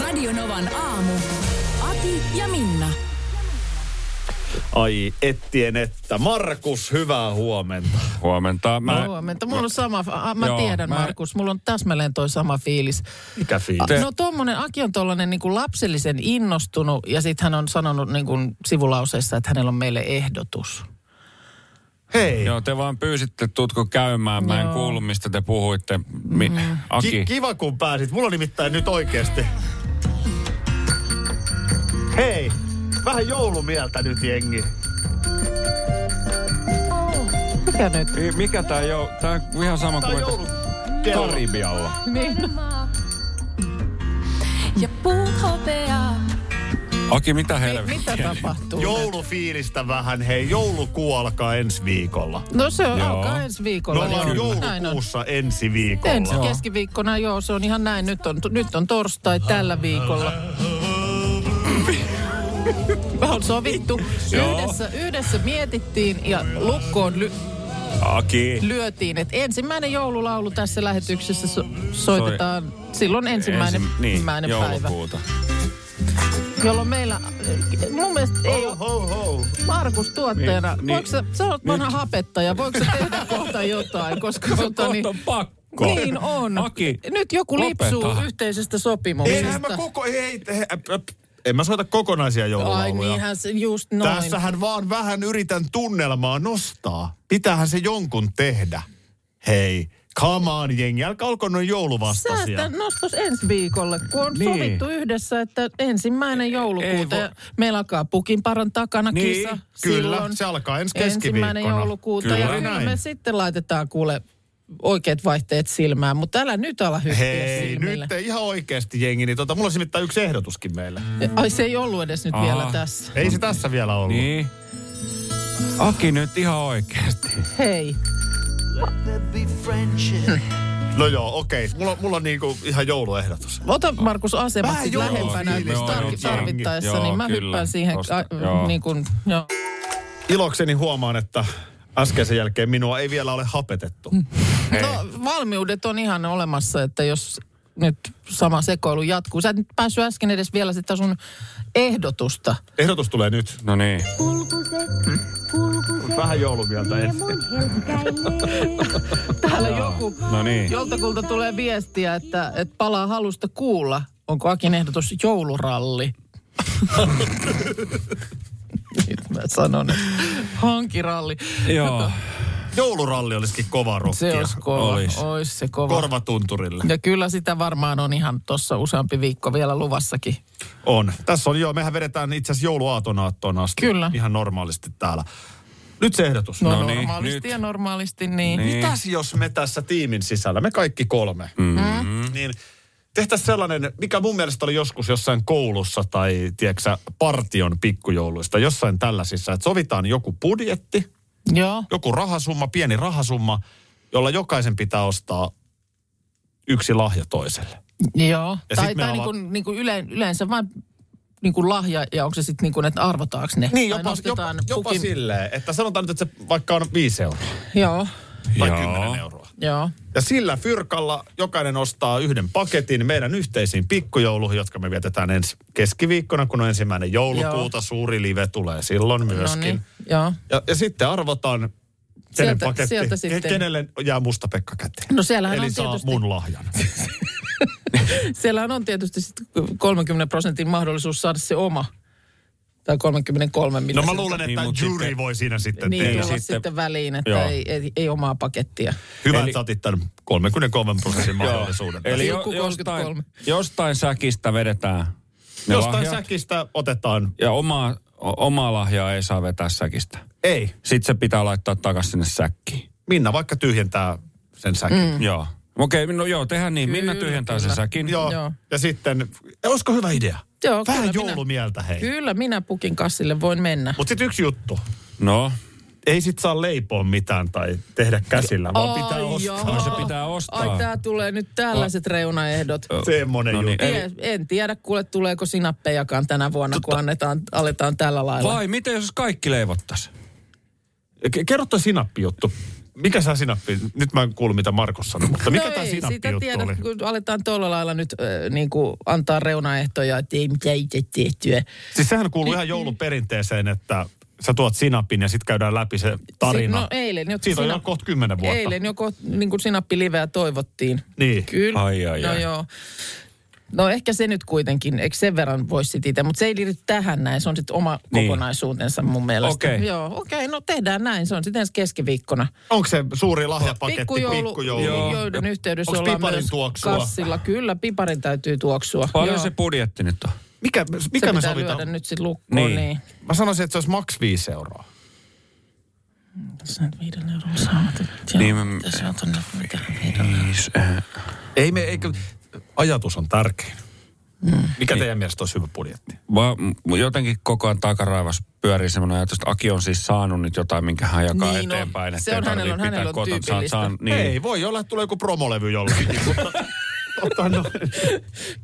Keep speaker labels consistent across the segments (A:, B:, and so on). A: Radionovan aamu. Ati ja Minna.
B: Ai ettien että. Markus, hyvää huomenta.
C: Huomenta.
D: Mä... Huomenta. Mulla on sama, a- mä
C: Joo,
D: Joo, tiedän
C: mä-
D: mä... Markus, mulla on täsmälleen toi sama fiilis.
B: Mikä
D: A,
B: fiilis?
D: No tommonen, Aki on tollanen niinku lapsellisen innostunut ja sit hän on sanonut niinku sivulauseessa, että hänellä on meille ehdotus.
B: Hei,
C: Joo, te vaan pyysitte, tutko käymään. Mä en
D: Joo. Mm.
C: kuullut, mistä te puhuitte. Mi-
B: ki-
C: Aki.
B: kiva kun pääsit. Mulla on nimittäin nyt oikeesti. Hei, vähän joulumieltä nyt jengi.
D: Mikä nyt?
C: Mi- Mikä tää jou... Tää on ihan sama
B: Tää on
C: kuin
B: joulu.
C: että
B: kello.
C: Karibialla.
D: Niin.
A: Ja puut hopeaa.
C: Aki, mitä
D: Mi-
C: helvettiä?
D: mitä tapahtuu?
B: Joulufiilistä vähän. Hei, joulukuu alkaa ensi viikolla.
D: No se on,
C: Joo.
D: alkaa ensi
B: Me
D: viikolla.
B: ollaan
D: Joo, Näin on.
B: joulukuussa ensi viikolla.
D: Ensi keskiviikkona, joo, se on ihan näin. Nyt on, nyt on torstai tällä viikolla. Me on sovittu.
C: Joo.
D: Yhdessä, yhdessä mietittiin ja lukkoon ly-
C: Aki.
D: lyötiin, että ensimmäinen joululaulu tässä lähetyksessä so- soitetaan silloin ensimmäinen,
C: Ensi-
D: niin,
C: niin,
D: päivä,
C: joulukuuta.
D: jolloin meillä, mun mielestä ei ole
B: Ho, ho.
D: Markus tuotteena,
C: Niin,
D: niin,
C: niin.
D: voiko sä, sä oot vanha hapettaja, voiko sä tehdä kohta jotain, koska tota,
C: Kohta
D: niin,
C: on pakko.
D: niin on.
C: Aki,
D: Nyt joku
C: lopeta.
D: lipsuu yhteisestä
B: Eihän mä
D: sopimuksesta.
B: koko... Hei, he, äp, äp. En mä soita kokonaisia joululauluja.
D: Ai niinhän se just
E: No
D: noin.
E: niin.
B: Tässähän vaan vähän yritän tunnelmaa nostaa. Pitäähän se jonkun tehdä. Hei, come on jengi, älkää olko noin
D: Sä
B: jouluvastaisia.
D: sitä nostos ensi viikolle, kun on
C: Niin.
D: niin. sovittu yhdessä, että ensimmäinen joulukuuta
C: voi-
D: ja meillä alkaa pukin paran takana
C: Niin,
D: kisa.
B: Kyllä,
D: silloin.
B: se alkaa ensi
D: ensimmäinen
B: keskiviikkona.
D: joulukuuta.
C: Kyllä.
D: ja
C: Juuri
D: kyllä
B: näin.
D: me sitten laitetaan kuule oikeat vaihteet silmään, mutta älä nyt ala hyppiä
B: Hei,
D: silmille.
B: nyt te ihan oikeasti jengi, niin tota, mulla olisi nimittäin yksi ehdotuskin meille.
D: Ai se ei ollut edes nyt
C: Aha.
D: vielä
B: Ah.
D: tässä.
B: Ei se tässä vielä ollut.
C: Niin. Aki nyt ihan oikeesti.
D: Hei.
B: No joo, okei. Mulla, mulla on niinku ihan jouluehdotus.
D: Ota Markus asemat
B: Vähän
D: sit
B: joo,
D: lähempänä
B: kyllä,
D: jos
B: joo,
D: tar-
B: joo,
D: tarvittaessa,
C: joo,
D: niin mä
C: kyllä,
D: hyppään siihen.
C: tosta,
D: a-
C: joo.
D: niin kuin, joo.
B: Ilokseni huomaan, että äskeisen jälkeen minua ei vielä ole hapetettu.
E: Mm.
D: No valmiudet on ihan olemassa, että jos nyt sama sekoilu jatkuu. Sä et nyt päässyt äsken edes vielä sitä sun ehdotusta.
B: Ehdotus tulee nyt.
C: No niin.
E: Kulkuset, kulkuset,
B: Vähän joulumieltä
E: Niin, ja
B: ensin.
E: mun helkäilee.
D: Täällä joku,
C: No niin.
D: joltakulta tulee viestiä, että, että palaa halusta kuulla. Onko Akin ehdotus jouluralli? Nyt mä sanon, että hankiralli.
C: Joo.
B: Jouluralli olisikin kova
D: Se
B: rokkia.
D: olisi kova.
C: Olis.
D: Ois se kova.
B: Korvatunturille.
D: Ja kyllä sitä varmaan on ihan tuossa useampi viikko vielä luvassakin.
B: On. Tässä on joo, mehän vedetään itse asiassa jouluaaton aattoon asti.
D: Kyllä.
B: Ihan normaalisti täällä. Nyt se ehdotus.
D: No,
C: No niin,
D: normaalisti
C: nyt.
D: ja normaalisti niin.
C: Niin.
D: niin.
B: Mitäs jos me tässä tiimin sisällä, me kaikki kolme, mm-hmm. niin tehtäisiin sellainen, mikä mun mielestä oli joskus jossain koulussa tai tieksä, partion pikkujouluista, jossain tällaisissa, että sovitaan joku budjetti,
D: Joo.
B: joku rahasumma, pieni rahasumma, jolla jokaisen pitää ostaa yksi lahja toiselle.
D: Joo,
B: Ja
D: tai,
B: sit me
D: tai
B: ollaan-
D: niinku, niinku yle, yleensä vain niinku lahja, ja onko se sitten niinku, että arvotaanko ne?
B: Niin,
D: Tai
B: jopa, jopa,
D: nostetaan
B: jopa
D: pukin-
B: silleen, että sanotaan nyt, että se vaikka on 5 euroa
D: Joo,
B: tai
C: Joo.
B: 10 euroa.
D: joo. no
B: Ja sillä fyrkalla jokainen ostaa yhden paketin meidän yhteisiin pikkujouluihin, jotka me vietetään ensi keskiviikkona, kun on ensimmäinen joulukuuta. Suuri live tulee silloin myöskin.
D: No niin, joo.
B: ja, ja sitten arvotaan, kenen
D: Sieltä-
B: paketti,
D: sieltä
B: ke-
D: sitten.
B: kenelle jää musta Pekka käteen.
D: No siellähän
B: Eli
D: on
B: saa
D: tietysti- Niin,
B: mun lahjan.
D: Siellähän on tietysti sit 30 prosentin mahdollisuus saada se oma, tai 33 millä
B: No mä
D: se-
B: luulen,
C: Niin,
B: että
C: mut
B: jury
C: sitten-
B: voi siinä sitten
D: Niin,
B: tehdä.
D: tulla
C: sitten-
D: sitten, sitten väliin, että
C: Joo.
D: ei, ei, ei, omaa pakettia.
B: Hyvä, että sä otit tämän 33 prosentin mahdollisuuden.
C: Eli
D: Pilkku
C: jo,
D: 33.
C: jostain, jostain säkistä vedetään ne
B: Jostain
C: lahjat.
B: säkistä otetaan.
C: Ja omaa, o- omaa lahjaa ei saa vetää säkistä.
B: Ei,
C: Sitten se pitää laittaa takaisin sinne säkkiin.
B: Minna vaikka tyhjentää sen säkin. Mm.
C: Joo. Okei, okay, no joo, tehdään niin. Minna
D: Kyllä,
C: tyhjentää
D: kyllä.
C: se säkin.
B: Joo.
D: Niin, Joo.
B: Ja sitten, olisiko hyvä idea?
D: Joo,
B: Vähän
D: kyllä minä-
B: joulumieltä, hei.
D: Kyllä minä pukin kassille voin mennä.
B: Mutta sitten yksi juttu.
C: No,
B: Ei sit saa leipoa mitään tai tehdä käsillä, vaan
D: Ai
B: pitää ostaa.
D: joo.
C: se pitää ostaa.
D: Ai tää tulee nyt tällaiset reunaehdot.
B: Semmonen
C: No
B: juttu.
C: niin, ei-
D: Ties, en tiedä kuule tuleeko sinappejakaan tänä vuonna, kun annetaan, aletaan tällä lailla.
C: Vai miten jos kaikki leivottaisiin?
B: Ke- Kerro toi sinappijuttu. Mikä sä sinappi? Nyt mä en kuullut, mitä Markus sanoi, mutta mikä
D: no
B: tämä
D: ei sitä
B: sinappijuttu
D: tiedä,
B: oli?
D: kun aletaan tuolla lailla nyt äh, niin kuin antaa reunaehtoja, että ei mitään itse tehtyä.
B: Siis sehän kuuluu ihan jouluperinteeseen, että sä tuot sinapin ja sitten käydään läpi se tarina.
D: Si- no eilen jo
B: Siitä on
D: sinä-
B: jo kohta kymmenen vuotta.
D: Eilen joko niin kuin sinappiliveä toivottiin.
B: Niin.
D: Kyllä.
C: Ai, ai,
D: no
C: ai.
D: joo. No ehkä se nyt kuitenkin, eikö sen verran voi sit itse, mutta se ei liity tähän näin, se on sitten oma
C: Niin.
D: niin. kokonaisuutensa mun mielestä.
C: Okei.
D: Joo, okei, okay, no tehdään näin, se on sitten ensi keskiviikkona.
B: Onko se suuri lahjapaketti pikkujoulu?
C: Joo.
D: joulun yhteydessä
B: Onks
D: ollaan
B: piparin
D: myös
B: tuoksua?
D: kassilla. Kyllä, piparin täytyy tuoksua.
C: Paljon
D: Joo.
C: se budjetti nyt on?
B: Mikä, mikä
D: se
B: me
D: pitää
B: sovitaan?
D: lyödä nyt sitten lukkoon,
C: Niin.
D: niin. niin.
B: Mä sanoisin, että se olisi maks viisi euroa.
D: Tässä nyt viiden euron saavat.
C: Niin,
D: Niin,
C: mä-
D: mä... Tässä on tuonne mikä viiden
C: Viis,
B: eh.
C: äh,
B: Ei me, eikö, ajatus on tärkein.
D: Mm. Niin.
B: Mikä teidän mielestä olisi hyvä budjetti?
C: Vaan m- jotenkin koko ajan takaraivas pyörii semmoinen ajatus, että Aki on siis saanut nyt jotain, minkä hän jakaa
D: Niin, no,
C: eteenpäin.
D: se
C: ettei
D: on hänellä-
C: tarvitse pitää
D: hänellä on
C: koota, että sä oot
D: tyypillistä.
C: saanut-
B: Niin.
C: niin.
B: Ei, voi olla, että tulee joku promolevy niin jollakin. mutta, mutta no,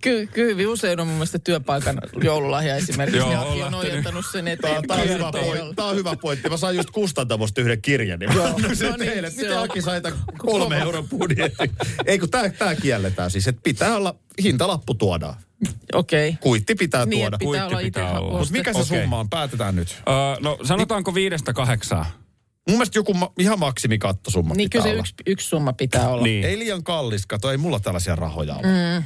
D: Ky- kyllä hyvin usein on mun mielestä työpaikan joululahja esimerkiksi.
C: Joo,
D: Joo,
C: on
D: Aki on
C: lähtenyt.
D: ojentanut sen
B: Tämä, tämä, on
D: eteenpäin.
B: hyvä
D: että ei
B: point,
D: ole-
B: tämä on hyvä pointti. Mä sain just kustantamosta yhden kirjan. Niin Joo, no
D: no niin,
B: teille.
D: se
B: Miten
D: on.
B: Aki sai tämän kolme euron budjetin? Ei kun tämä, tämä kielletään siis, että pitää olla, hintalappu tuodaan.
D: Okei.
B: Kuitti pitää
D: Niin,
B: tuoda.
D: että pitää
C: Kuitti
D: olla itse
C: pitää olla.
B: Mutta
D: ostettu.
B: mikä se
C: Okei.
B: summa on? Päätetään nyt.
C: Öö, no sanotaanko viidestä kahdeksaan?
B: Mun mielestä joku ma- ihan maksimikattosumma
D: Niin
B: pitää
D: kyllä se
B: olla.
D: yksi, yksi summa pitää olla.
C: Niin.
B: Ei liian kallis, kato, ei mulla tällaisia rahoja ole. Mm.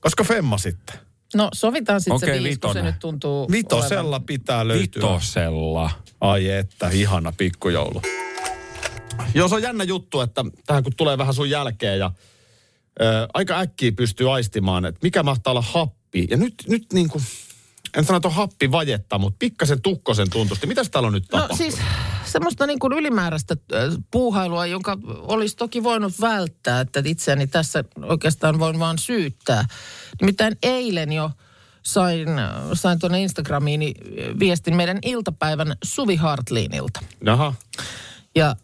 B: Koska femma sitten.
D: No sovitaan sitten
C: Okei,
D: se viisi, kun se
C: vitonen.
D: nyt tuntuu olevan.
B: Vitosella pitää löytyä.
C: Vitosella.
B: Ai että, ihana pikkujoulu. Joo, se on jännä juttu, että tähän kun tulee vähän sun jälkeen ja ö, aika äkkiä pystyy aistimaan, että mikä mahtaa olla happi. Ja nyt, nyt niin kuin, en sano, että on happi vajetta, mutta pikkasen tukkosen tuntusti. Mitäs täällä on nyt
D: No
B: tapahtunut?
D: siis semmoista niin kuin ylimääräistä ö, puuhailua, jonka olisi toki voinut välttää, että itseäni tässä oikeastaan voin vaan syyttää. Nimittäin eilen jo sain, ö, sain tuonne Instagramiin viestin meidän iltapäivän Suvi Hartliinilta.
B: Aha.
D: Ja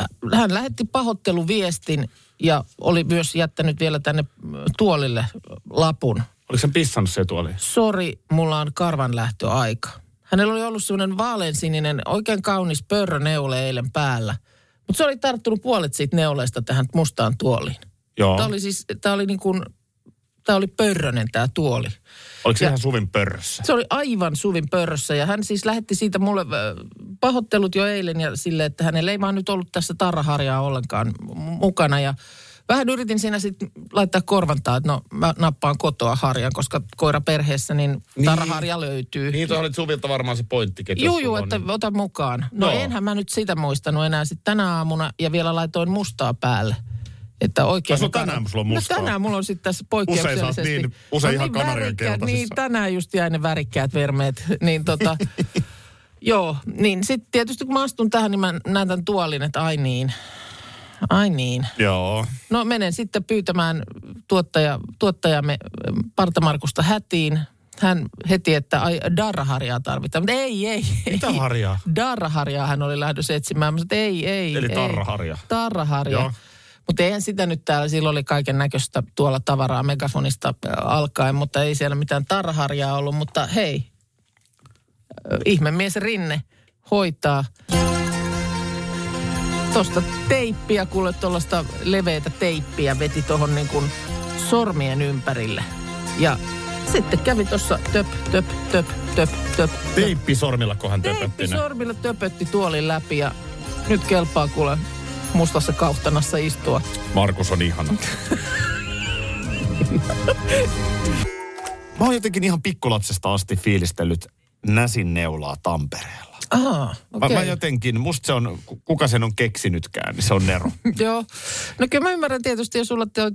D: äh, hän lähetti pahoitteluviestin ja oli myös jättänyt vielä tänne mm, tuolille ö, lapun.
B: Oliko sen pissannut se tuoli?
D: Sori, mulla on karvanlähtöaika. Hänellä oli ollut semmoinen vaaleansininen, oikein kaunis pörröneule eilen päällä. Mutta se oli tarttunut puolet siitä neuleesta tähän mustaan tuoliin.
B: Joo.
D: Tämä oli siis, tämä oli niin kuin, tämä oli pörrönen tämä tuoli.
B: Oliko se
D: Ja-
B: ihan suvin pörrössä?
D: Se oli aivan suvin pörrössä ja hän siis lähetti siitä mulle ö, pahoittelut jo eilen ja sille, että hänellä ei vaan nyt ollut tässä tarraharjaa ollenkaan m- mukana ja Vähän yritin siinä sitten laittaa korvantaa, että no mä nappaan kotoa harjan, koska koira perheessä niin tarraharja löytyy.
B: Niin, tuohon oli Suvilta varmaan se pointtikin. että
D: Juu,
B: jos
D: juu,
B: sulla on,
D: että
B: niin-
D: ota mukaan. No,
B: Joo.
D: no enhän mä nyt sitä muistanut enää sitten tänä aamuna ja vielä laitoin mustaa päälle. Että oikein.
B: Ai sulla tänään sulla on mustaa.
D: No tänään mulla on sitten tässä poikkeuksellisesti.
B: Usein sä oot niin- usein
D: on
B: ihan kanarian
D: värikkäät,
B: keltaisessa.
D: Niin, tänään just jäi ne värikkäät vermeet. Niin tota, joo, niin sitten tietysti kun mä astun tähän, niin mä näen tämän tuolin, että ai niin. Ai niin.
B: Joo.
D: No menen sitten pyytämään tuottaja, tuottajamme äh, Parta-Markusta hätiin. Hän heti, että ai, darraharjaa tarvitaan. Mutta ei, ei, ei.
B: Mitä harjaa?
D: Darraharjaa hän oli lähdössä etsimään. Mä sanoin, että ei, ei.
B: Eli
D: ei.
B: tarraharja. Joo.
D: Tarraharja. Mutta eihän sitä nyt täällä, silloin oli kaiken näköistä tuolla tavaraa megafonista äh, alkaen, mutta ei siellä mitään tarraharjaa ollut. Mutta hei, äh, ihmemies Rinne hoitaa tuosta teippiä, kuule tuollaista leveitä teippiä veti tuohon niin kuin sormien ympärille. Ja sitten kävi tuossa töp, töp, töp, töp, töp.
B: Teippi sormilla kohan
D: Teippi
B: töpötti ne.
D: sormilla töpötti tuolin läpi ja nyt kelpaa kuule mustassa kauhtanassa istua.
B: Markus on ihana. Mä oon jotenkin ihan pikkulapsesta asti fiilistellyt näsin neulaa Tampereella.
D: Aha,
B: Okay.
D: okei.
B: Mä, mä jotenkin, musta se on, ku- kuka sen on keksinytkään, niin se on Nero.
D: Joo. No kyllä mä ymmärrän tietysti, jos sulla te-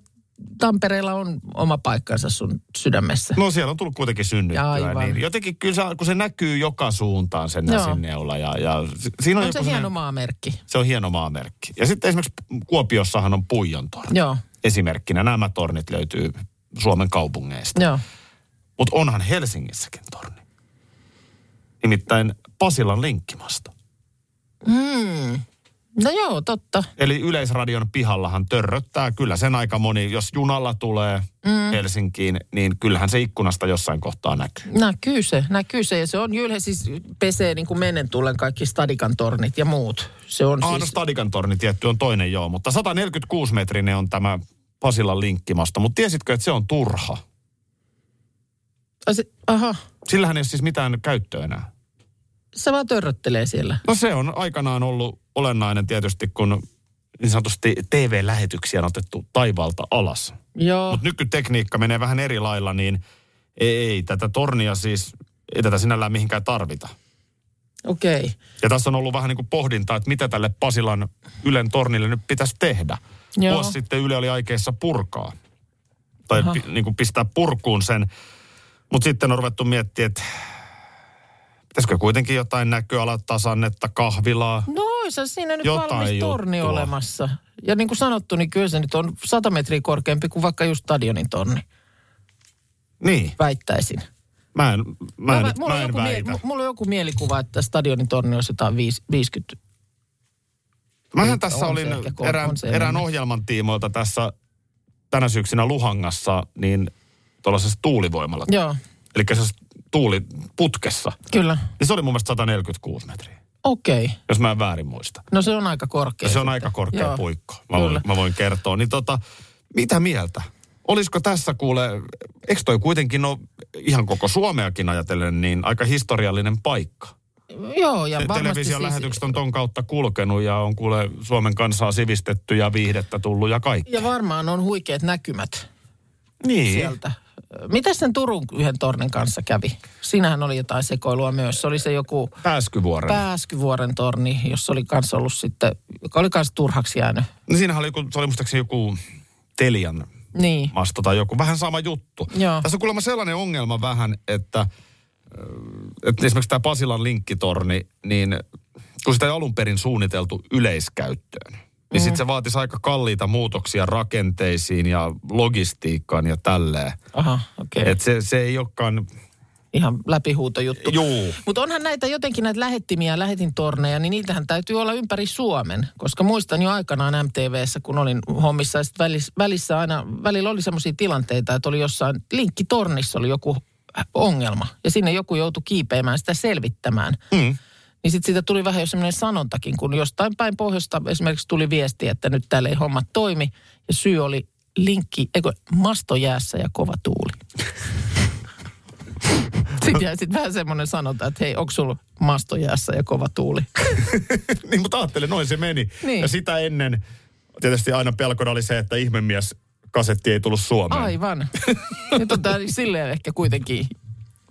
D: Tampereella on oma paikkansa sun sydämessä.
B: No siellä on tullut kuitenkin synnyttyä.
D: Aivan.
B: Niin jotenkin kyllä se, kun se näkyy joka suuntaan se
D: Joo.
B: näsinneula ja, ja si- siinä on,
D: on
B: joku
D: se
B: semmoinen-
D: hieno maamerkki.
B: Se on hieno maamerkki. Ja sitten esimerkiksi Kuopiossahan on Puijon torni.
D: Joo.
B: Esimerkkinä nämä tornit löytyy Suomen kaupungeista.
D: Joo.
B: Mutta onhan Helsingissäkin torni. Nimittäin Pasilan linkkimasta.
D: No joo, totta.
B: Eli Yleisradion pihallahan törröttää. Kyllä sen aika moni, jos junalla tulee mm. Helsinkiin, niin kyllähän se ikkunasta jossain kohtaa näkyy.
D: Näkyy se, näkyy se. Ja se on Jylhe siis pesee niin kuin menen tullen kaikki stadikan tornit ja muut. Se on
B: Aano
D: siis...
B: Stadikan torni tietty on toinen joo, mutta 146 metrinen on tämä Pasilan linkkimasta. Mutta tiesitkö, että se on turha?
D: siis- Ai se, aha,
B: Sillähän ei ole siis mitään käyttöä enää.
D: se vaan törröttelee siellä.
B: No se on aikanaan ollut olennainen tietysti, kun niin sanotusti TV-lähetyksiä on otettu taivaalta alas.
D: Joo,
B: Mutta nykytekniikka menee vähän eri lailla, niin ei, ei tätä tornia siis, ei tätä sinällään mihinkään tarvita.
D: okei. Okay.
B: Ja tässä on ollut vähän niin kuin pohdintaa, että mitä tälle Pasilan Ylen tornille nyt pitäisi tehdä. Joo.
D: Joo.
B: Vuosi sitten Yle oli aikeissa purkaa. Tai
D: Aha.
B: pi, niin kuin pistää purkuun sen. Mutta sitten on ruvettu miettimään, että pitäisikö kuitenkin jotain näköalatasannetta, kahvilaa.
D: No oisa siinä nyt
B: Jotain
D: Jotain valmis torni
B: juttua.
D: olemassa. Ja niin kuin sanottu, niin kyllä se nyt on 100 metriä korkeampi kuin vaikka just stadionin torni,
B: Niin,
D: väittäisin.
B: mä en, mä en,
D: mulla,
B: mä
D: on
B: en
D: joku
B: väitä.
D: mu- mulla on joku mielikuva, että stadionin torni olisi jotain viis- 50
B: Mähän
D: Niin,
B: tässä
D: on
B: olin
D: se ehkä kor-
B: erään,
D: on se
B: erään
D: enemmän.
B: ohjelman tiimoilta tässä tänä syksynä Luhangassa, niin tuollaisessa tuulivoimalla.
D: Joo,
B: Eli se tuuliputkessa.
D: kyllä.
B: Niin se oli mun mielestä 146 metriä,
D: Okei. Okay.
B: jos mä en väärin muista.
D: No se on aika korkea.
B: Ja se on
D: sitten.
B: aika korkea Joo.
D: Joo.
B: puikko, mä voin,
D: Kyllä.
B: mä voin kertoa. Niin tota, mitä mieltä? Olisiko tässä kuule, eikö toi kuitenkin ole ihan koko Suomeakin ajatellen, niin aika historiallinen paikka?
D: Joo, ja varmasti
B: Television
D: siis...
B: lähetykset on ton kautta kulkenut ja on kuule Suomen kansaa sivistetty ja viihdettä tullut ja kaikki.
D: Ja varmaan on huikeat näkymät
B: Niin.
D: sieltä. Mitä sen Turun yhden tornin kanssa kävi? Siinähän oli jotain sekoilua myös. Se oli se joku
B: Pääskyvuoren. Pää...
D: Pääskyvuoren torni, jossa oli kanssa ollut sitten, joka oli kanssa turhaksi jäänyt.
B: No siinähän oli joku, se oli muistaakseni joku Telian
D: Niin.
B: masto tai joku, vähän sama juttu.
D: Joo.
B: Tässä on kuulemma sellainen ongelma vähän, että, äh, että esimerkiksi tämä Pasilan linkkitorni, niin kun sitä ei alun perin suunniteltu yleiskäyttöön, niin
D: Mm.
B: sitten se vaatisi aika kalliita muutoksia rakenteisiin ja logistiikkaan ja tälleen.
D: Aha, okei. Okay.
B: Et se, se ei olekaan...
D: Ihan läpihuutojuttu.
B: Juu.
D: Mutta onhan näitä jotenkin näitä lähettimiä, lähetintorneja, niin niitähän täytyy olla ympäri Suomen. Koska muistan jo aikanaan MTVssä, kun olin hommissa, ja sit välissä, välissä aina, välillä oli sellaisia tilanteita, että oli jossain linkkitornissa oli joku ongelma. Ja sinne joku joutui kiipeämään sitä selvittämään.
B: Mm.
D: Niin sitten siitä tuli vähän jo semmoinen sanontakin, kun jostain päin pohjoista esimerkiksi tuli viesti, että nyt täällä ei hommat toimi. Ja syy oli linkki, eikö, masto jäässä ja kova tuuli. Sitten jäi sitten vähän semmoinen sanonta, että hei, onko sulla masto jäässä ja kova tuuli?
B: niin, mutta ajattelin, noin se meni.
D: Niin.
B: Ja sitä ennen tietysti aina pelkona oli se, että ihmemies kasetti ei tullut Suomeen.
D: Aivan. Nyt on tämä silleen ehkä kuitenkin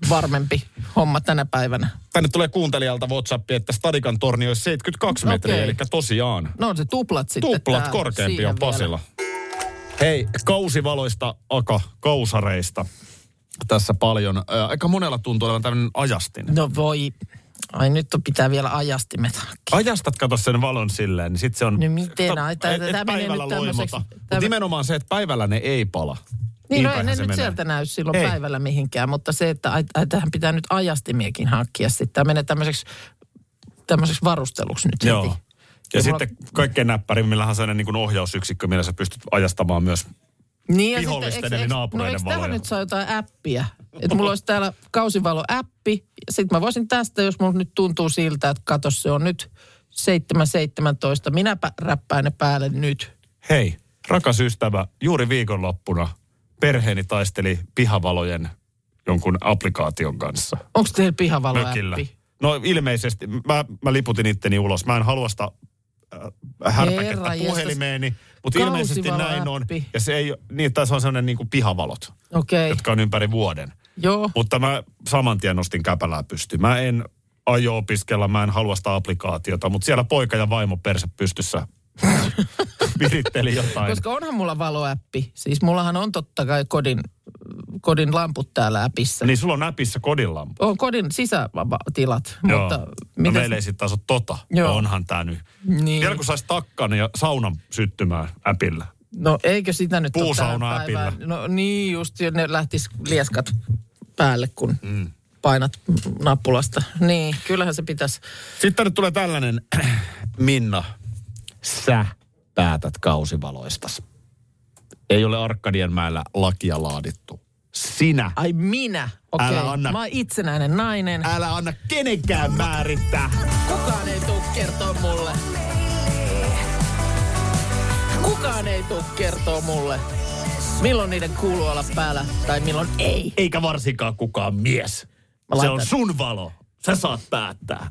D: varmempi homma tänä päivänä.
B: Tänne tulee kuuntelijalta Whatsappi, että Stadikan torni olisi 72
D: No Okei.
B: metriä, eli tosiaan.
D: No on se tuplat sitten.
B: Tuplat
D: tää
B: korkeampi
D: siihen
B: on
D: vielä.
B: Pasila. Hei, kausivaloista aka kausareista. Tässä paljon. Ää, Aika monella tuntuu olevan tämmöinen ajastin.
D: No voi. Ai nyt on pitää vielä ajastimet hakea.
B: Ajastat kato sen valon silleen, niin sit se on...
D: No miten?
B: Kato,
D: Ai, tää-
B: et- et
D: tää menee nyt
B: päivällä
D: tämmöseksi.
B: loimota. Mut
D: Tää-
B: Nimenomaan se, että päivällä ne ei pala.
D: Niin, no ei
B: päinhän
D: ne
B: se
D: nyt
B: menee.
D: sieltä näy silloin
B: Ei.
D: ei. päivällä mihinkään, mutta se, että ai, ai, tähän pitää nyt ajastimiakin hankkia sitten. Tämä menee tämmöiseksi, tämmöiseksi varusteluksi nyt
B: Joo.
D: heti.
B: Ja,
D: Ja mulla-
B: sitten kaikkein näppärimmillähän on sellainen niin kuin ohjausyksikkö, millä sä pystyt ajastamaan myös.
D: Niin, ja
B: Vihollisten
D: sitten,
B: eli
D: eikö-
B: naapureiden
D: no, eikö
B: valoja?
D: tähän nyt saa jotain appia? Että mulla olisi täällä kausivalo-appi. Sitten mä voisin tästä, jos mulla nyt tuntuu siltä, että katos se on nyt 7.17. Minäpä räppään ne päälle nyt.
B: Hei, rakas ystävä, juuri viikonloppuna perheeni taisteli pihavalojen jonkun applikaation kanssa.
D: Onko teillä
B: Mökillä.
D: pihavalo-appi?
B: No ilmeisesti. Mä, mä liputin itteni ulos. Mä en halua sitä äh, härpäkettä
D: Herra jestas.
B: puhelimeeni, mutta ilmeisesti näin on.
D: Kausivalo-appi.
B: Ja se ei, niin, tässä on sellainen niin kuin pihavalot,
D: Okei, okay.
B: jotka on ympäri vuoden.
D: joo.
B: Mutta mä saman tien nostin käpälää pystyyn. Mä en aio opiskella, mä en halua sitä applikaatiota, mutta siellä poika ja vaimo perse pystyssä viritteli jotain.
D: Koska onhan mulla valoäppi. Siis mullahan on totta kai kodin, kodin lamput täällä äpissä. Niin.
B: Niin sulla on näpissä kodillampu.
D: On kodin sisätilat,
B: Joo.
D: mutta...
B: no
D: mitäs-
B: meillä ei sitten taas ole tota.
D: Joo.
B: Onhan tää nyt.
D: Niin.
B: Vielä kun saisi takkan ja saunan syttymään äpillä.
D: No eikö sitä nyt ole tähän
B: Puusauna-äpillä.
D: päivään? No niin just, ja ne lähtis lieskat päälle, kun mm. painat nappulasta. Niin, kyllähän se pitäisi.
B: Sitten nyt tulee tällainen, Minna, sä päätät kausivaloistas. Ei ole Arkadianmäellä lakia laadittu. Sinä.
D: Ai minä? Okei,
B: Älä anna.
D: mä oon itsenäinen nainen.
B: Älä anna kenenkään määrittää.
D: Kukaan ei tuu kertoo mulle. Kukaan ei tuu kertoo mulle. Milloin niiden kuuluu olla päällä tai milloin ei.
B: Eikä varsinkaan kukaan mies.
D: Mä
B: Se
D: laitan-
B: on sun valo. Sä saat päättää.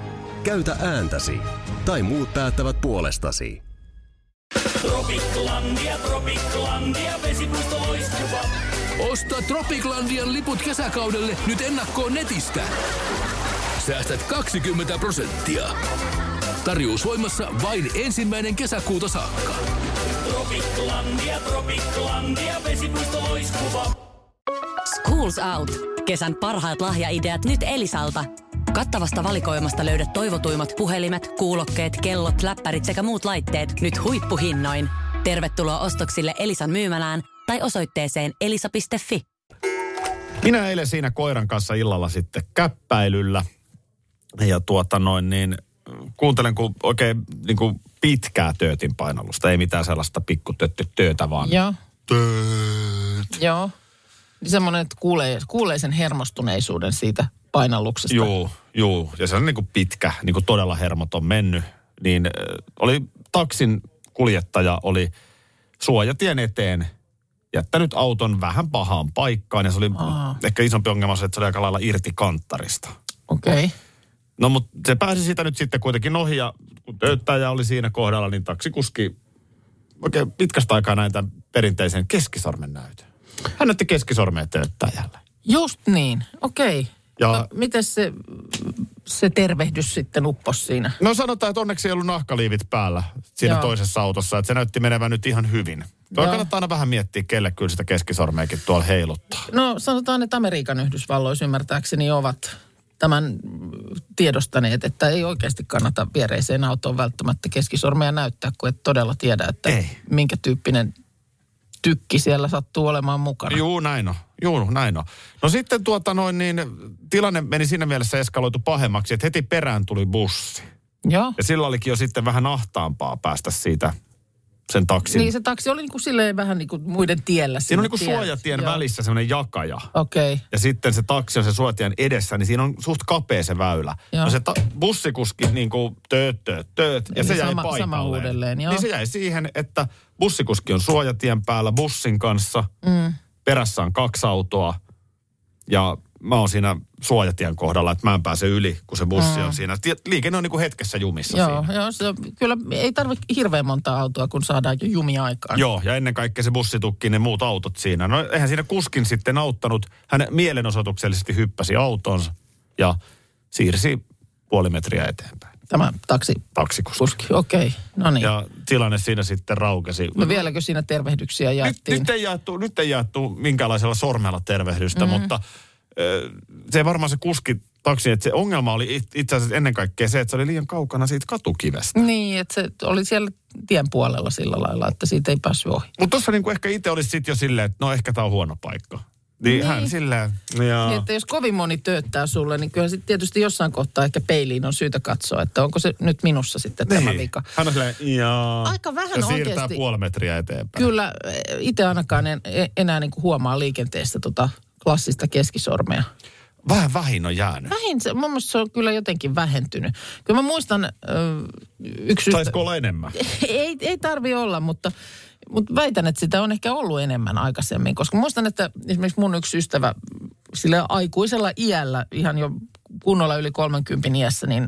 F: Käytä ääntäsi. Tai muut päättävät puolestasi.
G: Osta Tropiclandian liput kesäkaudelle nyt ennakkoon netistä. Säästät 20 prosenttia. Tarjous voimassa vain ensimmäinen kesäkuuta saakka.
H: Schools Out. Kesän parhaat lahjaideat nyt Elisalta. Kattavasta valikoimasta löydät toivotuimmat puhelimet, kuulokkeet, kellot, läppärit sekä muut laitteet nyt huippuhinnoin. Tervetuloa ostoksille Elisan myymälään tai osoitteeseen elisa.fi.
B: Minä eilen siinä koiran kanssa illalla sitten käppäilyllä. Ja tuota noin niin, kuuntelen kun oikein niin kuin pitkää töötin painallusta. Ei mitään sellaista pikkutöttö töötä, vaan
D: Joo. Joo. Niin Semmoinen, että kuulee, kuulee sen hermostuneisuuden siitä painalluksesta.
B: Joo, joo. Ja se on niin kuin pitkä, niin kuin todella hermoton mennyt. Niin äh, oli taksin kuljettaja oli suojatien eteen jättänyt auton vähän pahaan paikkaan. Ja se oli Aa. ehkä isompi ongelma se, että se oli aika lailla irti kanttarista.
D: Okei. Okay.
B: No mutta se pääsi siitä nyt sitten kuitenkin ohi ja kun töyttäjä oli siinä kohdalla, niin taksikuski oikein pitkästä aikaa näin tämän perinteisen keskisormen näytön. Hän näytti keskisormen töyttäjälle.
D: Just niin, okei. Okay.
B: Ja-
D: No, miten se, se tervehdys sitten upposi siinä?
B: No sanotaan, että onneksi ei ollut nahkaliivit päällä siinä Joo.
D: Joo.
B: toisessa autossa, että se näytti menevän nyt ihan hyvin. Tuo
D: Joo.
B: kannattaa aina vähän miettiä, kelle kyllä sitä keskisormeakin tuolla heiluttaa.
D: No sanotaan, että Amerikan Yhdysvalloissa ymmärtääkseni ovat tämän mm, tiedostaneet, että ei oikeasti kannata viereiseen autoon välttämättä keskisormea näyttää, kun et todella tiedä, että
B: Ei.
D: minkä tyyppinen tykki siellä sattuu olemaan mukana.
B: Juu, näin on. Juu, näin on. No sitten tuota noin, niin tilanne meni siinä mielessä eskaloitu pahemmaksi, että heti perään tuli bussi.
D: Joo.
B: Ja sillä olikin jo sitten vähän ahtaampaa päästä siitä sen taksin.
D: Niin se taksi oli niinku silleen vähän niinku muiden tiellä.
B: siinä on
D: niinku
B: niin kuin suojatien välissä semmoinen jakaja.
D: Okei. Okay.
B: ja sitten se taksi on se suojatien edessä, niin siinä on suht kapea se väylä.
D: Joo.
B: No se ta- bussikuski niin kuin tööt, tööt, tööt, ja
D: Eli
B: se jäi
D: sama-
B: paikalleen.
D: sama uudelleen, joo.
B: Niin se jäi siihen, että bussikuski on suojatien päällä bussin kanssa, mm. perässä on kaksi autoa, ja mä oon siinä suojatien kohdalla, että mä en pääse yli, kun se bussi mm. on siinä. Tie- Liikenne on niin kuin hetkessä jumissa
D: Joo,
B: siinä.
D: joo se, on- kyllä ei tarvitse hirveän monta autoa, kun saadaan jo jumi aikaan.
B: Joo, ja ennen kaikkea se bussitukki, ne muut autot siinä. No eihän siinä kuskin sitten auttanut. Hän mielenosoituksellisesti hyppäsi autonsa ja siirsi puoli metriä eteenpäin
D: Tämä taksi.
B: taksikuski.
D: Kuski, okei. Okay. No niin.
B: Ja tilanne siinä sitten raukesi.
D: No vieläkö siinä tervehdyksiä
B: nyt,
D: jaettiin?
B: nyt, ei jaettu, nyt ei jaettu minkäänlaisella sormella tervehdystä,
D: Mm-hmm.
B: mm. mutta ö, se varmaan se kuski taksi, että se ongelma oli it- itse asiassa ennen kaikkea se, että se oli liian kaukana siitä katukivestä.
D: Niin, että se oli siellä tien puolella sillä lailla, että siitä ei päässyt ohi.
B: Mutta tuossa niinku ehkä itse olisi sitten jo silleen, että no ehkä tämä on huono paikka. Niin, niin. hän silleen,
D: Niin,
B: jaa.
D: että jos kovin moni tööttää sulle, niin kyllä sitten tietysti jossain kohtaa ehkä peiliin on syytä katsoa, että onko se nyt minussa sitten niin. tämä vika.
B: Hän on silleen, jaa.
D: Aika vähän
B: ja siirtää
D: oikeasti.
B: puoli metriä eteenpäin.
D: Kyllä itse ainakaan en en- enää niin kuin huomaa liikenteestä tota klassista keskisormea.
B: Vähän vähin on jäänyt.
D: Vähin, se, mun mielestä se on kyllä jotenkin vähentynyt. Kyllä mä muistan ö, yksi... ystä-
B: Saisiko olla enemmän?
D: ei, ei tarvi olla, mutta, mutta väitän, että sitä on ehkä ollut enemmän aikaisemmin. Koska muistan, että esimerkiksi mun yksi ystävä sillä aikuisella iällä, ihan jo kunnolla yli 30 iässä, niin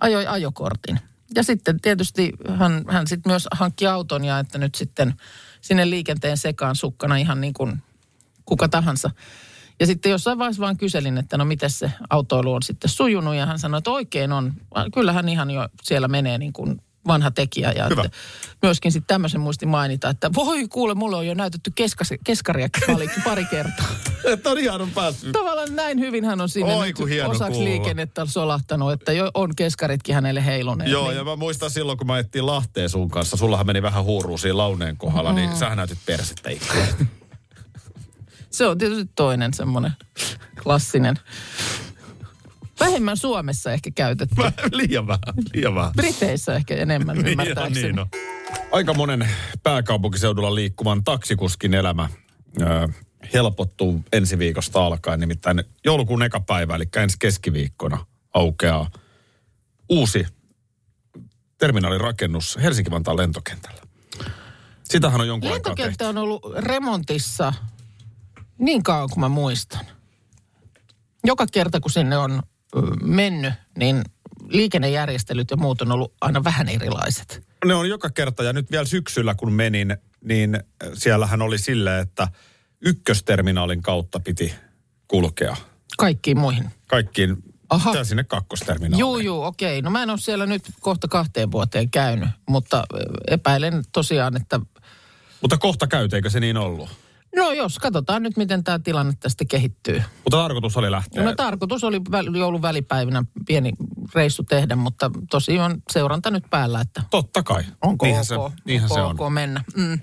D: ajoi ajokortin. Ja sitten tietysti hän, hän sitten myös hankki auton ja että nyt sitten sinne liikenteen sekaan sukkana ihan niin kuin kuka tahansa. Ja sitten jossain vaiheessa vaan kyselin, että no miten se autoilu on sitten sujunut ja hän sanoi, että oikein on. Kyllähän ihan jo siellä menee niin kuin vanha tekijä. Ja
B: Hyvä.
D: Että myöskin sitten tämmöisen muisti mainita, että voi kuule, mulle on jo näytetty keskas, keskaria pari, pari kertaa.
B: Että on ihan päässyt.
D: Tavallaan näin hyvin hän on sinne
B: Mm. Oi,
D: nyt
B: kun hieno
D: osaksi
B: kuulla.
D: liikennettä solahtanut, että jo on keskaritkin hänelle heiluneet.
B: Joo,
D: niin.
B: ja mä muistan silloin, kun mä ajettiin Lahteen sun kanssa. Sullahan meni vähän huuruun siinä launeen kohdalla, niin sähän näytit persettä itse.
D: Se on tietysti toinen semmoinen klassinen. Vähemmän Suomessa ehkä käytetty.
B: liian vähän, liian vähän.
D: Briteissä ehkä enemmän ymmärtääkseni.
B: Niin, on, niin on. Aika monen pääkaupunkiseudulla liikkuvan taksikuskin elämä ö, helpottuu ensi viikosta alkaen. Nimittäin joulukuun eka päivä, eli ensi keskiviikkona aukeaa uusi terminaalirakennus Helsinki Vantaan lentokentällä. Sitähän on jonkun aikaa tehty.
D: Lentokenttä on ollut remontissa niin kauan kuin mä muistan. Joka kerta kun sinne on ö, mennyt, niin liikennejärjestelyt ja muut on ollut aina vähän erilaiset.
B: Ne on joka kerta, ja nyt vielä syksyllä kun menin, niin siellähän oli sille, että ykkösterminaalin kautta piti kulkea
D: Kaikkiin
B: No
D: muihin.
B: kaikkiin,
D: Aha.
B: Aha. sinne kakkosterminaaliin.
D: Juu, juu, okei. No mä en ole siellä nyt kohta kahteen vuoteen käynyt, mutta ö, epäilen tosiaan, että
B: Mutta kohta käyt, eikö se niin ollut?
D: No jos, katsotaan nyt, miten tämä tilanne tästä kehittyy.
B: Mutta tarkoitus oli lähteä.
D: No tarkoitus oli väl- joulun välipäivinä pieni reissu tehdä, mutta tosi on seuranta nyt päällä, että
B: Totta kai.
D: onko
B: niinhän
D: ok,
B: se, niinhän
D: onko
B: se on.
D: ok mennä. Mm.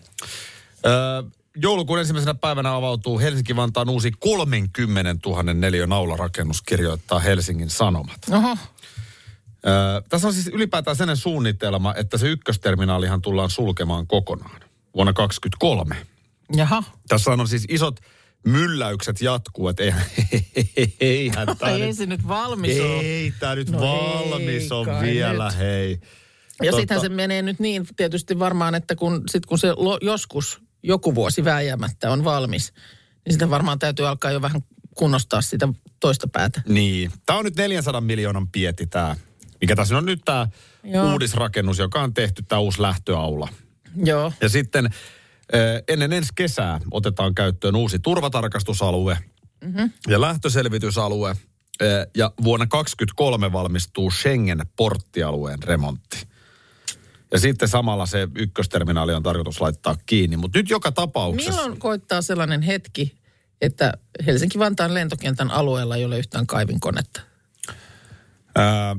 B: Öö, joulukuun ensimmäisenä päivänä avautuu Helsinki-Vantaan uusi 30 000 neliön aularakennus, kirjoittaa Helsingin Sanomat.
D: Oho,
B: Öö, tässä on siis ylipäätään sellainen suunnitelma, että se ykkösterminaalihan tullaan sulkemaan kokonaan vuonna 2023.
D: jaha.
B: Tässä on siis isot mylläykset jatkuu, että eihän, eihän tää
D: Ai
B: nyt-
D: ei se nyt valmis ole.
B: ei tämä nyt
D: No
B: no
D: ei
B: valmis on
D: kai
B: vielä,
D: nyt.
B: hei.
D: Ja
B: Tota-
D: sittenhän se menee nyt niin tietysti varmaan, että kun, sit kun se lo, joskus joku vuosi vääjäämättä on valmis, niin sitä varmaan täytyy alkaa jo vähän kunnostaa sitä toista päätä.
B: Niin. Tämä on nyt 400 miljoonan pieti tämä, mikä tässä on nyt tämä
D: Joo.
B: uudisrakennus, joka on tehty, tämä uusi lähtöaula.
D: Joo.
B: Ja sitten eh, ennen ensi kesää otetaan käyttöön uusi turvatarkastusalue mm-hmm.
D: Mhm.
B: ja lähtöselvitysalue. eh, Ja vuonna 2023 valmistuu Schengen-porttialueen remontti. Ja sitten samalla se ykkösterminaali on tarkoitus laittaa kiinni. Mutta nyt joka tapauksessa...
D: Milloin koittaa sellainen hetki, että Helsinki-Vantaan lentokentän alueella ei ole yhtään kaivinkonetta?
B: Ää,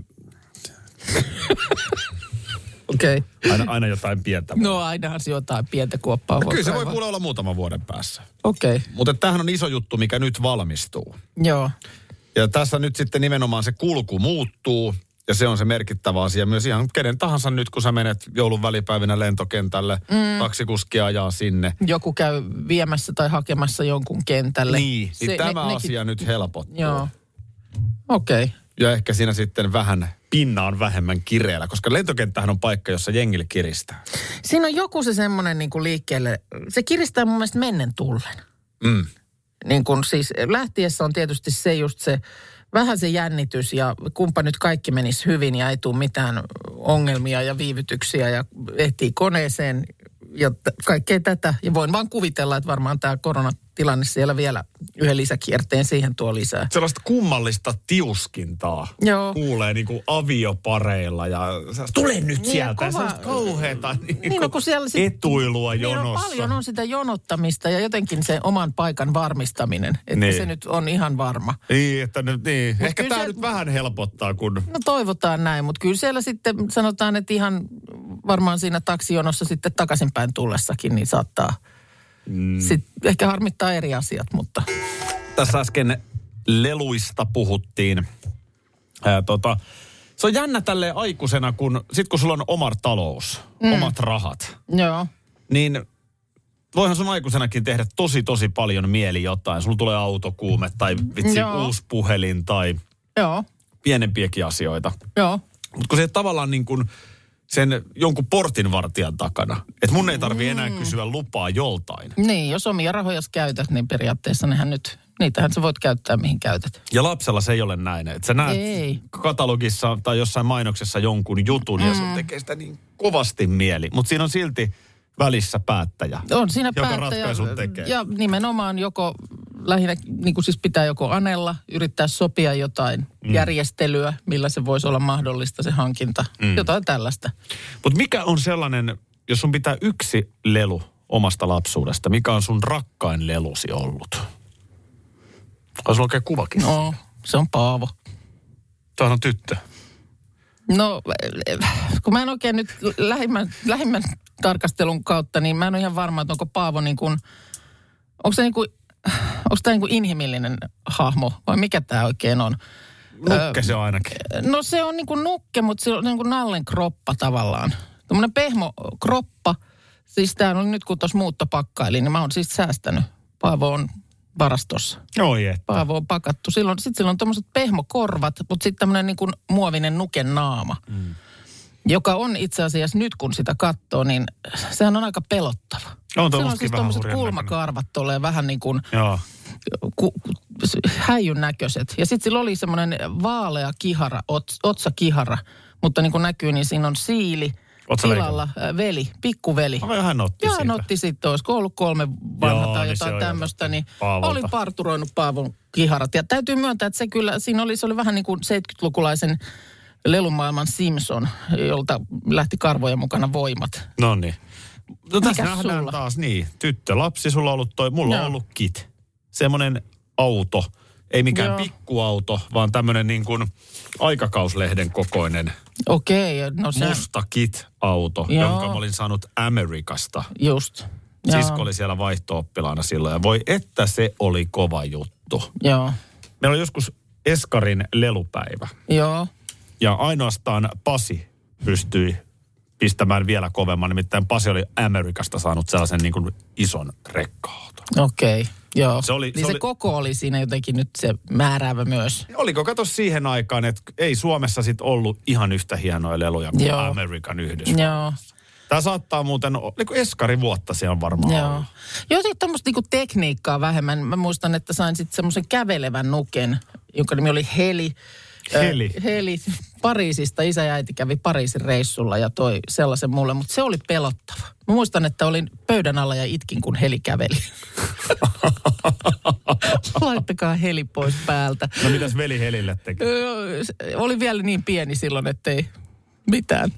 D: Okei. Okay.
B: aina, aina jotain pientä.
D: No ainahan se jotain pientä kuoppaa
B: No Kyllä se voi
D: kaivaa.
B: kuule olla muutaman vuoden päässä.
D: Okei, okay.
B: Mutta tämähän on iso juttu, mikä nyt valmistuu.
D: joo.
B: Ja tässä nyt sitten nimenomaan se kulku muuttuu. Ja se on se merkittävä asia myös ihan kenen tahansa nyt, kun sä menet joulun välipäivinä lentokentälle, mm. taksikuski ajaa sinne.
D: Joku käy viemässä tai hakemassa jonkun kentälle.
B: Niin, se, niin tämä
D: ne-
B: ne,
D: nekin-
B: asia nyt helpottuu.
D: Joo. Okei. Okay.
B: Ja ehkä siinä sitten vähän pinna on vähemmän kireellä, koska lentokenttähän on paikka, jossa jengillä kiristää.
D: Siinä on joku se semmoinen niin liikkeelle, se kiristää mun mielestä mennen tullen.
B: Mm.
D: Niin kuin siis lähtiessä on tietysti se just se, vähän se jännitys ja kumpa nyt kaikki menisi hyvin ja ei tule mitään ongelmia ja viivytyksiä ja ehtii koneeseen ja t- kaikkea tätä. Ja voin vaan kuvitella, että varmaan tämä koronatilanne siellä vielä yhden lisäkierteen siihen tuo lisää.
B: Sellaista kummallista tiuskintaa
D: Joo.
B: kuulee niin kuin aviopareilla ja tule nyt
D: Niin,
B: sieltä.
D: kova-
B: Ja sellaista kauheata niin
D: Niin, no, kun siellä sit-
B: etuilua
D: Niin on,
B: jonossa.
D: paljon on sitä jonottamista ja jotenkin se oman paikan varmistaminen, että
B: Niin.
D: se nyt on ihan varma.
B: Niin, että nyt, niin. Ehkä
D: kyllä
B: tämä
D: se-
B: nyt vähän helpottaa, kun...
D: No toivotaan näin, mutta kyllä siellä sitten sanotaan, että ihan varmaan siinä taksijonossa sitten takaisinpäin tullessakin, niin saattaa mm. sitten ehkä harmittaa eri asiat, mutta
B: Tässä äsken leluista puhuttiin. Ää, tota, se on jännä tälle aikuisena, kun sit kun sulla on oma talous, mm. omat rahat,
D: joo.
B: niin voihan sun aikuisenakin tehdä tosi tosi paljon mieli jotain. Sulla tulee autokuume tai vitsi
D: Joo.
B: uusi puhelin tai
D: Joo,
B: pienempiäkin asioita.
D: joo.
B: Mutta kun se tavallaan niin kuin sen jonkun portinvartijan takana. Että
D: Mm.
B: mun ei tarvi enää kysyä lupaa joltain.
D: Niin, jos omia rahoja käytät, niin periaatteessa nehän nyt niitähän sä voit käyttää mihin käytät.
B: Ja lapsella se ei ole näin. Että sä näet
D: Ei.
B: katalogissa tai jossain mainoksessa jonkun jutun mm. ja se tekee sitä niin kovasti mieli. Mutta siinä on silti välissä päättäjä.
D: On siinä
B: joka
D: päättäjä.
B: ratkaisun tekee.
D: Ja nimenomaan joko lähinnä, niin kuin siis pitää joko anella, yrittää sopia jotain mm. järjestelyä, millä se voisi olla mahdollista se hankinta. Mm. Jotain tällaista.
B: Mutta mikä on sellainen, jos sun pitää yksi lelu omasta lapsuudesta, mikä on sun rakkain lelusi ollut? On sulla oikein kuvakin.
D: No, se on Paavo.
B: Tämä on tyttö.
D: No, kun mä en oikein nyt lähimmän, lähimmän tarkastelun kautta, niin mä en ole ihan varma, että onko Paavo niin kuin, onko se niin kuin, onko tämä niin kuin inhimillinen hahmo vai mikä tämä oikein on?
B: Nukke se on ainakin.
D: No se on niin kuin nukke, mutta se on niin kuin nallen kroppa tavallaan. Tuommoinen pehmo kroppa. Siis tämä on nyt kun tuossa muutto pakkailin, niin mä oon siis säästänyt. Paavo on varastossa.
B: Oi et.
D: Paavo on pakattu. Silloin, sit sillä on tuommoiset pehmokorvat, mutta sitten tämmöinen niin kuin muovinen nuken naama, mm. joka on itse asiassa nyt kun sitä katsoo, niin sehän on aika pelottava.
B: On
D: Sillä on
B: tuommoisetkin
D: siis
B: vähän
D: tuommoiset
B: hurjan
D: kulmakarvat tulee vähän niin kuin
B: Joo.
D: ku, ku, s- häijyn näköiset. Ja sitten sillä oli semmoinen vaalea kihara, ot, otsakihara, mutta niin kuin näkyy, niin siinä on siili.
B: Oot sä
D: tilalla ä, veli, pikkuveli.
B: No, hän otti
D: Ja
B: siitä.
D: hän otti sitten, olisiko ollut kolme vanha
B: Joo,
D: tai
B: niin se
D: jotain
B: on
D: tämmöistä,
B: jo
D: niin
B: Paavolta.
D: oli parturoinut Paavon kiharat. Ja täytyy myöntää, että se kyllä, siinä oli, se oli vähän niin kuin 70-lukulaisen lelumaailman Simpson, jolta lähti karvoja mukana voimat.
B: No niin. No tässä
D: Mikäs
B: nähdään
D: sulla?
B: taas niin. Tyttö, lapsi, sulla on ollut toi, mulla on
D: Joo.
B: ollut kit. Semmoinen auto. Ei mikään
D: Joo.
B: pikkuauto, vaan tämmöinen niin kuin aikakauslehden kokoinen
D: Okei, no se
B: musta kit-auto,
D: Joo.
B: jonka mä olin saanut Amerikasta.
D: just. Joo,
B: Sisko oli siellä vaihto-oppilaana silloin ja voi että se oli kova juttu.
D: Joo,
B: Meillä oli joskus Eskarin lelupäivä
D: joo.
B: ja ainoastaan Pasi pystyi pistämään vielä kovemman. Nimittäin Pasi oli Amerikasta saanut sellaisen niin kuin ison rekka
D: Okei, joo.
B: Se oli-
D: niin
B: se
D: se,
B: oli-
D: koko oli siinä jotenkin nyt se määräävä myös.
B: Oliko kato siihen aikaan, että ei Suomessa sit ollut ihan yhtä hienoja leluja kuin
D: Joo.
B: Amerikan yhdys.
D: Joo,
B: Tämä saattaa muuten, oliko Eskari vuotta siellä varmaan
D: joo.
B: ollut.
D: Joo, sitten tuommoista niinku tekniikkaa vähemmän. Mä muistan, että sain sitten semmoisen kävelevän nuken, jonka nimi oli Heli.
B: Heli.
D: Ö, Heli Pariisista. Isä ja äiti kävi Pariisin reissulla ja toi sellaisen mulle, mutta se oli pelottava. Mä muistan, että olin pöydän alla ja itkin, kun Heli käveli. Laittakaa Heli pois päältä.
B: No mitäs veli Helille teki?
D: Öö, se- oli vielä niin pieni silloin, ettei mitään.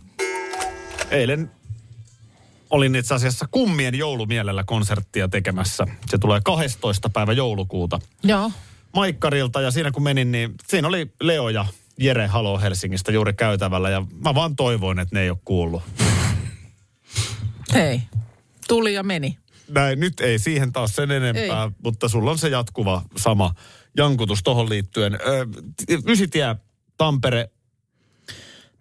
B: Eilen olin itse asiassa kummien joulumielellä konserttia tekemässä. Se tulee 12. päivä joulukuuta
D: Joo.
B: Maikkarilta ja siinä kun menin, niin siinä oli Leo ja Jere Halo Helsingistä juuri käytävällä ja mä vaan toivoin, että ne ei ole kuullut.
D: Hei. Tuli ja meni.
B: Näin, nyt ei siihen taas sen enempää, ei. mutta sulla on se jatkuva sama jankutus tohon liittyen. Ö, t- Ysitie Tampere,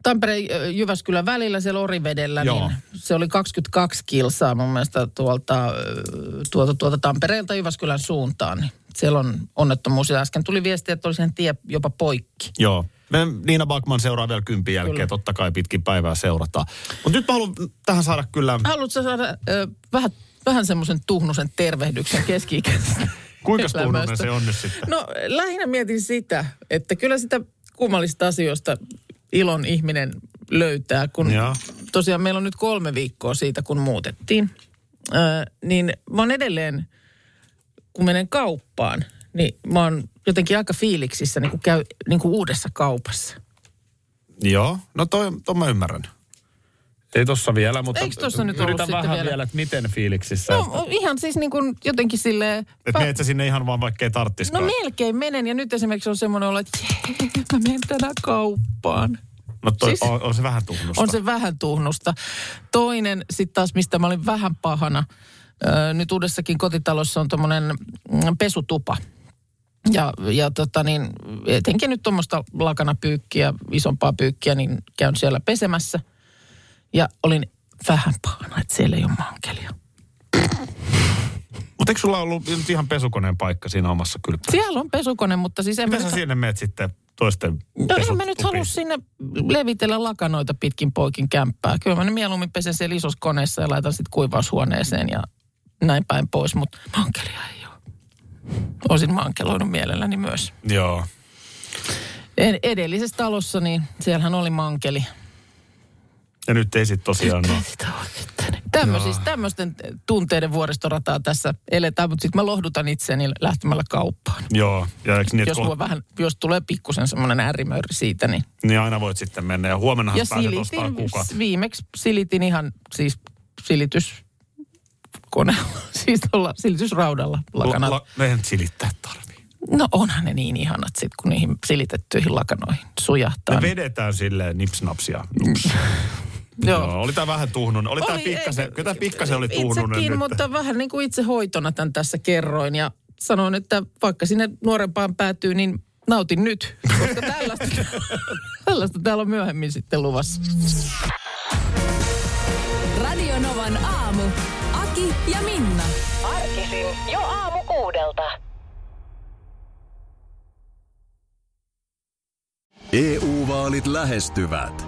D: Tampere ö, Jyväskylän välillä siellä Orivedellä,
B: Joo.
D: niin se oli 22 kilsaa mun mielestä tuolta, ö, tuolta, tuolta Tampereelta Jyväskylän suuntaan. Niin siellä on onnettomuus ja äsken tuli viesti, että oli sen tie jopa poikki.
B: Joo. Me Niina Bakman seuraa vielä kympin jälkeen,
D: Kyllä.
B: totta kai pitkin päivää seurataan. Mutta nyt mä haluan tähän saada kyllä,
D: Haluatko sä saada ö, vähän, vähän semmoisen tuhnusen tervehdyksen keski
B: kuinka
D: elämästä.
B: niin se on nyt sitten?
D: No lähinnä mietin sitä, että kyllä sitä kummallista asioista ilon ihminen löytää, kun
B: Joo.
D: tosiaan meillä on nyt kolme viikkoa siitä, kun muutettiin. Ö, niin mä oon edelleen, kun menen kauppaan, niin mä oon jotenkin aika fiiliksissä, niin kuin käy niin kuin uudessa kaupassa.
B: Joo, no toi, toi mä ymmärrän. Ei tossa vielä, mutta
D: Eikö tossa nyt ollut
B: yritän
D: sitten
B: vähän vielä,
D: vielä?
B: että miten fiiliksissä. No,
D: No ihan siis niin kuin jotenkin silleen...
B: että meet sä sinne ihan vaan vaikkei tarttiskaan.
D: no melkein menen ja nyt esimerkiksi on semmoinen olo, että jee, mä menen tänään kauppaan.
B: no toi,
D: siis-
B: on, on, se vähän tunnusta.
D: On se vähän tuhnusta. Toinen sitten taas, mistä mä olin vähän pahana, öö, nyt uudessakin kotitalossa on tuommoinen pesutupa. Ja, ja tota niin, etenkin nyt tuommoista lakanapyykkiä, isompaa pyykkiä, niin käyn siellä pesemässä. Ja olin vähän pahana, että siellä ei ole mankelia.
B: Mutta eikö sulla ollut nyt ihan pesukoneen paikka siinä omassa kylppässä?
D: Siellä on pesukone, mutta siis en mä
B: Miten
D: nyt,
B: sä sinne meet sitten toisten
D: no en
B: pesut-
D: mä nyt
B: tupiin?
D: halua sinne levitellä lakanoita pitkin poikin kämppää. Kyllä mä ne mieluummin pesen siellä isossa koneessa ja laitan sitten kuivaushuoneeseen ja näin päin pois, mutta mankelia ei ole. Olisin mankeloinut mielelläni myös.
C: Joo.
D: Ed- edellisessä talossa, niin siellähän oli mankeli.
B: Ja nyt ei sit tosiaan ole.
D: Tämmöisistä, tämmöisten tunteiden vuoristorataa tässä eletään, mutta sitten mä lohdutan itseäni lähtemällä kauppaan.
B: Joo, ja eikö niin,
D: Jos,
B: että
D: mulla
B: kohta,
D: vähän, jos tulee pikkusen semmoinen äärimöyri siitä, niin...
B: niin aina voit sitten mennä. Ja huomennahan
D: Ja
B: pääset ostaa
D: silitin, siis.
B: kuka.
D: viimeksi silitin ihan siis silitys koneella, siis tuolla silitysraudalla lakanalla.
B: La- la- meidän silittää tarvii.
D: No onhan ne niin ihanat sit, kun niihin silitettyihin lakanoihin
B: Me
D: sujahtaa.
B: vedetään silleen nipsnapsia.
D: Joo.
B: Joo, oli tää vähän tuhnunen. Oli, tää
D: Oli,
B: pikkasen,
D: ei,
B: kyllä tää pikkasen oli tuhnunen
D: Itsekin,
B: nyt.
D: mutta vähän niin kuin itse hoitona tämän tässä kerroin ja sanoin, että vaikka sinne nuorempaan päätyy, niin nautin nyt, koska tällaista, tällaista täällä on myöhemmin sitten luvassa.
A: Radio Novan aamu. Aki ja Minna.
I: Arkisin jo aamu kuudelta.
F: EU-vaalit E lähestyvät.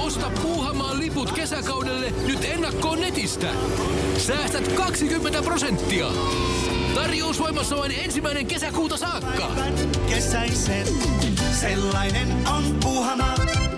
G: Osta Puuhamaan liput kesäkaudelle nyt ennakkoon netistä. Säästät 20 prosenttia. Tarjous voimassa vain ensimmäinen kesäkuuta saakka.
J: Kesäisen, sellainen on puhana.